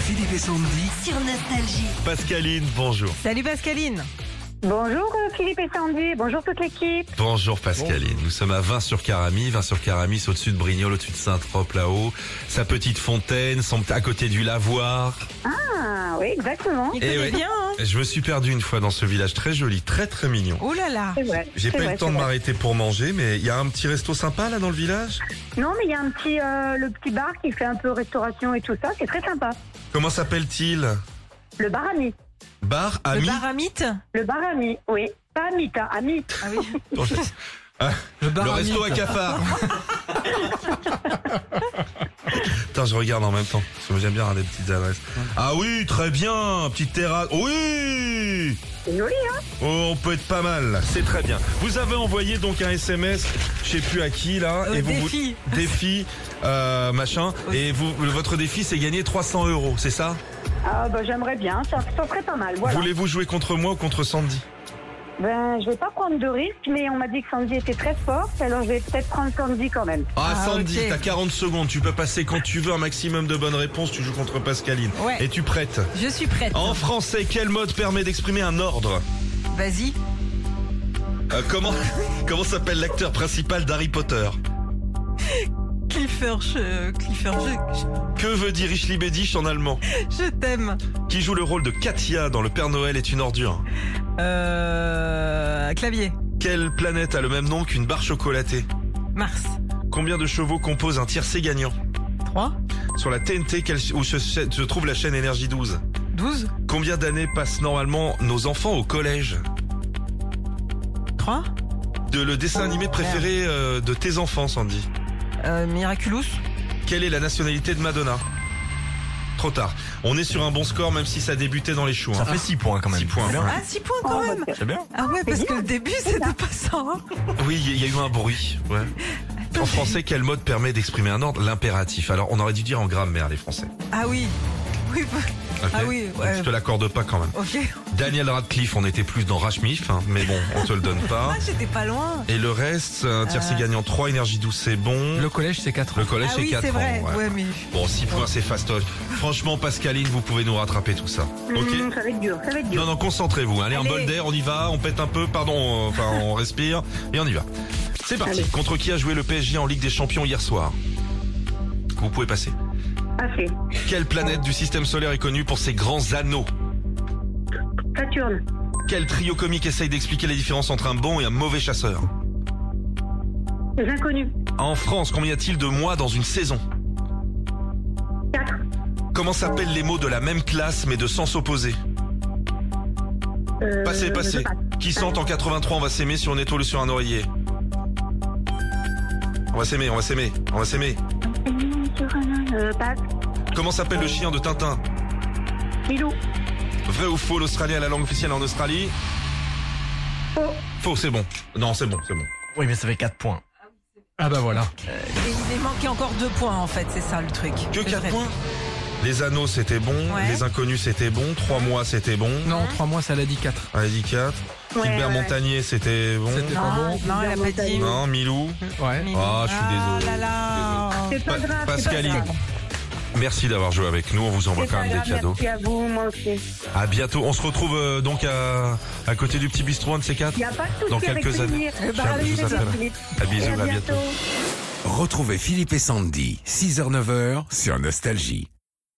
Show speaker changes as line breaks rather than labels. Philippe et Sandy.
sur Nostalgie.
Pascaline, bonjour.
Salut Pascaline
Bonjour euh, Philippe et Sandy, bonjour toute l'équipe.
Bonjour Pascaline. Nous sommes à 20 sur Carami. 20 sur Caramis, au-dessus de Brignoles, au-dessus de Saint-Trope, là-haut. Sa petite fontaine, son, à côté du lavoir.
Ah oui, exactement.
Il
Eh
connaît
ouais.
bien hein
Je me suis perdu une fois dans ce village très joli, très très mignon.
Oh là là
C'est vrai.
J'ai
c'est
pas eu
vrai,
le temps
c'est
de
vrai.
m'arrêter pour manger, mais il y a un petit resto sympa là dans le village.
Non, mais il y a un petit, euh, le petit bar qui fait un peu restauration et tout ça, c'est très sympa.
Comment s'appelle-t-il
Le bar ami.
Bar
Le
Ami
bar à mythe
Le bar ami, oui. Pas ami, t'as ami.
Ah oui.
Le bar
euh, Le resto à cafard. Putain, je regarde en même temps. Parce que j'aime bien regarder des petites adresses. Ah oui, très bien. Petite terrasse. Oui
C'est joli, hein
Oh, on peut être pas mal, là. c'est très bien. Vous avez envoyé donc un SMS, je sais plus à qui là,
Au
vous
défi.
vous défi euh, machin,
Oui.
et vous votre défi c'est gagner 300 euros, c'est ça
Ah bah j'aimerais bien, ça, ça serait pas mal, voilà.
Voulez-vous jouer contre moi ou contre Sandy
Ben je vais pas prendre de risque, mais on m'a dit que Sandy était très forte, alors je vais peut-être prendre Sandy quand même.
Ah,
Ah,
Sandy,
ok.
t'as 40 secondes, tu peux passer quand tu veux un maximum de bonnes réponses, tu joues contre Pascaline.
Ouais.
Et tu prêtes
Je suis prête
En français, quel mode permet d'exprimer un ordre
Vas-y
Euh, Comment comment s'appelle l'acteur principal d'Harry Potter
Clifford, je, Clifford, je,
Que veut dire Ich liebe dich en allemand
je- je t'aime
Qui joue le rôle de Katia dans Le Père Noël est une ordure
Euh... Clavier
Quelle planète a le même nom qu'une barre chocolatée
Mars
Combien de chevaux compose un tiercé gagnant
3
Sur la TNT, quelle ch- où se, se trouve la chaîne Énergie 12
12
Combien d'années passent normalement nos enfants au collège
3
De le dessin animé
Oh,
préféré euh, de tes enfants, Sandy
euh, Miraculous
Quelle est la nationalité de Madonna Trop tard. On est sur un bon score, même si ça débutait dans les choux. hein.
Ça fait 6 points quand même.
Six points.
C'est bien.
Ah 6 points
Oh,
quand
bah,
même
c'est-
C'est bien.
Ah ouais parce que le début c'était pas ça hein.
Oui, il y a eu un bruit. Ouais. En français, quel mode permet d'exprimer un ordre L'impératif. Alors, on aurait dû dire en grammaire, les Français.
Ah oui Oui
Ok
Ah oui,
Donc,
ouais.
Je te l'accorde pas quand même.
Ok
Daniel Radcliffe, on était plus dans Rachmif, hein, mais bon, on te le donne pas.
Ah j'étais pas loin
Et le reste, un tiercé gagnant 3, énergie douce, c'est bon.
Le
Le,
collège, c'est 4
collège,
Euh. Ah
c'est
oui
4
c'est vrai
ans. ouais.
Ouais mais...
Bon, 6 points, c'est fastoche. Franchement, Pascaline, vous pouvez nous rattraper tout ça. Ok
Hum, ça va être dur, ça va être dur.
Non, non, concentrez-vous. hein. Allez, un
Allez.
bol d'air, on y va, on pète un peu, pardon, euh, enfin, on respire et on y va. C'est parti.
Allez.
Contre qui a joué le PSG en Ligue des Champions hier soir Vous pouvez passer.
Assez.
Quelle planète du système solaire est connue pour ses grands anneaux
Saturne,
Quel trio comique essaye d'expliquer la différence entre un bon et un mauvais chasseur
les inconnus.
En France, combien y a-t-il de mois dans une saison
4,
Comment s'appellent les mots de la même classe mais de sens opposé
euh,
Passez, passez.
je passe.
Qui sentent en 83, on va s'aimer sur une étole ou sur un oreiller On va s'aimer, on va s'aimer, on va s'aimer.
Euh, passe.
Comment s'appelle le chien de Tintin
Milou.
Vrai ou faux, l'Australie a la langue officielle en Australie
Faux.
Faux, c'est bon. Non, c'est bon, c'est bon.
Oui, mais ça fait 4 points. Ah bah voilà.
Et il est manqué encore 2 points en fait c'est ça le truc
Que
Je
4
répète.
points Les anneaux, c'était bon.
Ouais.
Les inconnus, c'était bon. 3 mois, c'était bon.
Non, 3 mois, ça l'a dit 4.
Allez, dit 4.
Ouais,
Gilbert
ouais.
Montagnier, c'était bon.
C'était
Non,
pas bon.
non elle a pas dit
Non, Milou.
Ouais.
Mimi.
Ah, je suis désolé.
là là.
C'est pas
Pa-
grave. c'est pas
Pascaline,
grave.
merci d'avoir joué avec nous. On vous envoie
C'est
quand
pas
même des
grave,
cadeaux.
Merci à vous, moi aussi.
À bientôt. On se retrouve euh, donc à, à côté du petit bistrot, un de ces quatre.
Il n'y a pas de souci
Dans
avec
quelques
plaisir.
années.
Bah,
Je vous
oui,
appelle.
merci, Philippe.
À bisous,
Et
à bientôt.
bientôt.
Retrouvez Philippe et Sandy, 6h-9h sur Nostalgie.